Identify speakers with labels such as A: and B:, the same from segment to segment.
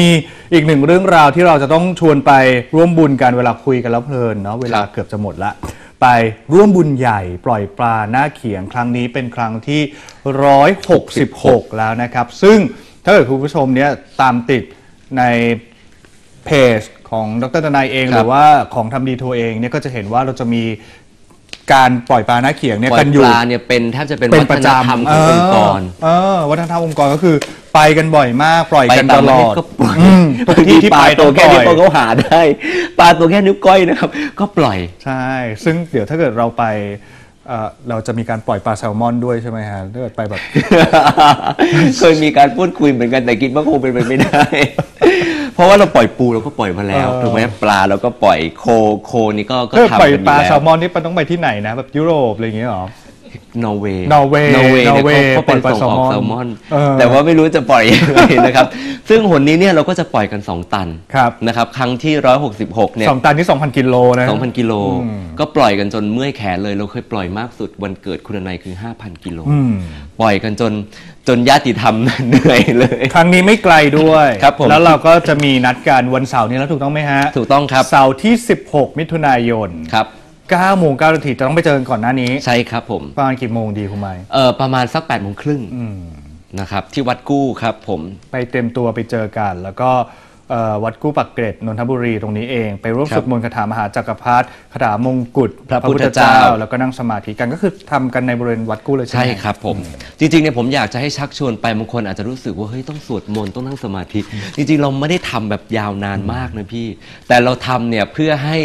A: มีอีกหนึ่งเรื่องราวที่เราจะต้องชวนไปร่วมบุญกันเวลาคุยกันแล้วเพลินเนาะเวลาเกือบจะหมดละ ไปร่วมบุญใหญ่ปล่อยปลาหน้าเขียงครั้งนี้เป็นครั้งที่ 166 แล้วนะครับ ซึ่งถ้าเกิดคุณผู้ชมเนี่ยตามติดใน เพจของดรตนายเอง
B: ค
A: ห
B: รับ
A: รือว่าของทำดีโทเองเนี่ยก็จะเห็นว่าเราจะมีการปล่อยปลาหน้าเขียงเนี่ย
B: ปล่อย
A: กันอยู่
B: ปลาเนี่ยเป็นแทบจะเป็น
A: เป็น
B: วั
A: ป
B: ฒ
A: ระ
B: น
A: จ
B: ธรรม
A: ำ
B: ขององค์กร
A: เออวัฒนธรรมองค์กรก็คือไปกันบ่อยมากปล่อยกันตลอด
B: ก็ปล่อย
A: อืมทุกที่ที่
B: ป
A: ไป
B: ลาตัวแค่
A: ต้
B: นิ้
A: อง
B: ว
A: ปล่
B: ก้
A: อย
B: อยเขาหาได้ ปลาตัวแค่นิ้วก้อย นะครับ ก็ปล่อย
A: ใช่ ซึ่งเดี๋ยวถ้าเกิดเราไปเอ่อเราจะมีการปล่อยปลาแซลมอนด้วยใช่ไหมฮะถ้าเกิดไปแบบ
B: เคยมีการพูดคุยเหมือนกันแต่คิดว่าคงเป็นไปไม่ได้ เพราะว่าเราปล่อยปูเราก็ปล่อยมาแล้ว
A: เออ
B: ถูกไหมปลาเราก็ปล่อยโคโคนี่ก็ก็
A: ถ้าเกิดป
B: ทำ
A: ล่อ
B: กั
A: ย
B: นอยู่
A: ปลา
B: แล้
A: แซล
B: ว
A: มอนนี่มันต้องไปที่ไหนนะแบบยุโรปอะไรอย่างเงี้ยหรอ
B: นอร์เวย์
A: นอร์เวย์
B: นอร์เวย์
A: นอร์เวย์
B: เนี่ยเขาเป็น
A: ปล่อยปลา
B: ส่งออก
A: แซล
B: แซล
A: ม
B: ม
A: อ
B: อน น
A: เออ
B: แต่ว่าไม่รู้จะปล่อยยังไงนะครับ ซึ่งหนนี้เนี่ยเราก็จะปล่อยกันสองตัน
A: ครับ
B: นะครับครั้งที่ 166เนี่ย
A: สองตันนี่2,000กิโลนะ
B: 2,000 กิโล
A: อืม
B: ก็ปล่อยกันจนเมื่อยแขนเลย เราเคยปล่อยมากสุดวันเกิดคุณนายคือ 5,000 กิโล
A: อืม
B: ปล่อยกันจนจนญาติธรรม เหนื่อยเลย
A: ครั้งนี้ไม่ไกลด้วย
B: ครับผม
A: แล้วเราก็จะมีนัดกันวันเสาร์นี้แล้วถูกต้องไหมฮะ
B: ถูกต้องครับ
A: เสาร์ที่ 16 มิถุนายน
B: ครับ
A: 9โมง9นาทีจะต้องไปเจอกันก่อนหน้านี้
B: ใช่ครับผม
A: ประมาณกี่โมงดีคุณไมค์
B: เออประมาณสัก8ปดโมงครึ่ง
A: อืม
B: นะครับ ที่วัดกู้ครับผม
A: ไปเต็มตัวไปเจอกัน แล้วก็เอ่อวัดกู้ปักเกร็ดนนทบุรีตรงนี้เอง ไปร่วม
B: ครับ
A: สวดมนต์คาถามหาจักรพรรดิคาถามงกุฎ
B: พระพุทธเจ้า
A: แล้วก็นั่งสมาธิกันก็คือทำกันในบริเวณวัดกู้เลยใช่
B: ใช่
A: ไหม
B: ครับผม จริงๆเนี่ยผมอยากจะให้ชักชวนไปบางคนอาจจะรู้สึกว่าเฮ้ยต้องสวดมนต์ต้องนั่งสมาธิ จริงๆ เราไม่ได้ทำแบบยาวนานมากนะพี่ แต่เราทำเนี่ยเพื่อให้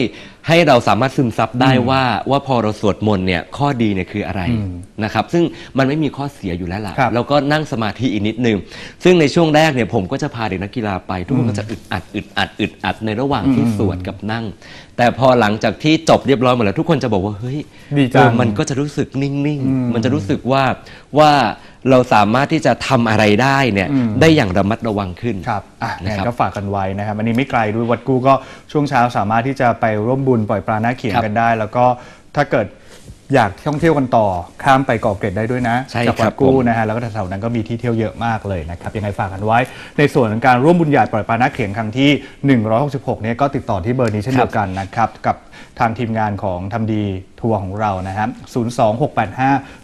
B: ให้เราสามารถซึมซับได้ว่าว่าพอเราสวดมนต์เนี่ยข้อดีเนี่ยคืออะไร
A: อืม
B: นะครับซึ่งมันไม่มีข้อเสียอยู่แล้วล่ะ
A: ครับ
B: แล้วก็นั่งสมาธิอีกนิดนึง ซึ่งในช่วงแรกเนี่ยผมก็จะพาเด็กนักกีฬาไปทุกคนก็จะอึดอัดอึดอัดอึดอัดในระหว่างที่
A: อืม
B: สวดกับนั่ง แต่พอหลังจากที่จบเรียบร้อยหมดแล้วทุกคนจะบอกว่าเฮ้ย
A: ดีจัง
B: เออมัน ก็จะรู้สึกนิ่ง
A: อืม
B: ๆ มันจะรู้สึกว่าว่าเราสามารถที่จะทำอะไรได้เนี่ย
A: อืม
B: ได้อย่างระมัดระวังขึ้น
A: ครับอ่ะ
B: นะ
A: งั้
B: ครับ
A: นก็ฝากกันไว้นะครับ อันนี้ไม่ไกลด้วยวัดกู้ก็ช่วงเช้าสามารถที่จะไปร่วมบุญปล่อยปลาหน้าเขียง
B: ครับ
A: กันได้ แล้วก็ถ้าเกิดอยากท่องเที่ยวกันต่อ ข้ามไปเกาะเกร็ดได้ด้วยนะ
B: ใช่
A: จาก
B: ค
A: วั
B: รั
A: ด
B: บ
A: กู้
B: ผม
A: นะฮะแล้วก็แถวๆนั้นก็มีที่เที่ยวเยอะมากเลยนะครับยังไงฝากกันไว้ ในส่วนของการร่วมบุญใหญ่ปล่อยปลาหน้าเขียงครั้งที่ 166เนี่ยก็ติดต่อที่เบอร์นี้เช่นเดียวกันนะครับกับทางทีมงานของทำดีทัวร์ของเรานะครับ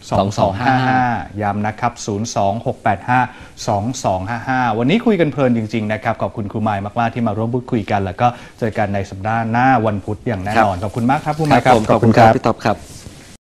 A: 026852255 2255ย้ำนะครับ 02685 2255 วันนี้คุยกันเพลินจริง ๆ นะครับ ขอบคุณครูไมายมาก ๆ ที่มาร่วมพูดคุยกัน แล้วก็เจอกันในสัปดาห์หน้าวันพุธอย่างแน่นอน ขอบคุณมากครับครูไมายครับ
B: ผมขอบคุณครับพี่ต๊อบครับ